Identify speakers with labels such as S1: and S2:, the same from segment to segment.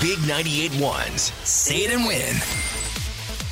S1: Big 98.1's Say It and Win.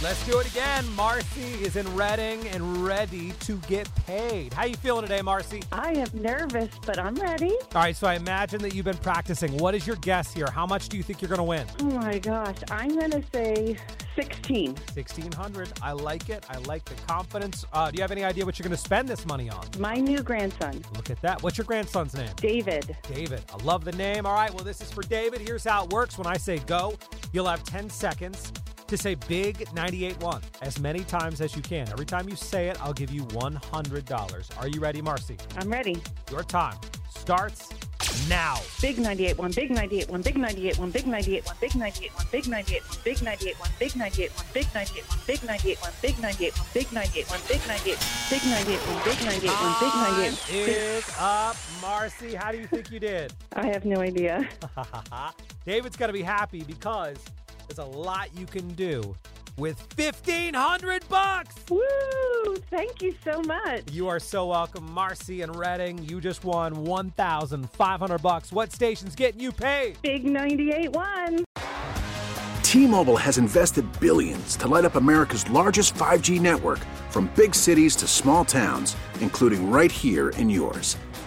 S2: Let's do it again. Marcy is in Reading and ready to get paid. How you feeling today, Marcy?
S3: I am nervous, but I'm ready.
S2: All right, so I imagine that you've been practicing. What is your guess here? How much do you think you're going to win?
S3: Oh my gosh, I'm going to say 16.
S2: 1600. I like it. I like the confidence. Uh, do you have any idea what you're going to spend this money on?
S3: My new grandson,
S2: Look at that. What's your grandson's name?
S3: David.
S2: David. I love the name. All right, well, this is for David. Here's how it works. When I say go, you'll have 10 seconds to say big 98.1 as many times as you can. Every time you say it, I'll give you $100. Are you ready, Marcy?
S3: I'm ready.
S2: Your time starts now.
S3: Big 98 1, big 98 1, big 98 1, big 98 1, big 98 1, big 98 1, big 98 1, big 98 1, big 98 1, big 98 1, big 98 1, big 98 1, big 98 big 98 1, big 98 1, big 98 1.
S2: Is up, Marcy. How do you think you did?
S3: I have no idea.
S2: David's gonna be happy because there's a lot you can do with fifteen hundred bucks.
S3: Woo! Thank you so much.
S2: You are so welcome, Marcy and Redding. You just won one thousand five hundred bucks. What station's getting you paid?
S3: Big 98 1.
S4: T-Mobile has invested billions to light up America's largest 5G network from big cities to small towns, including right here in yours.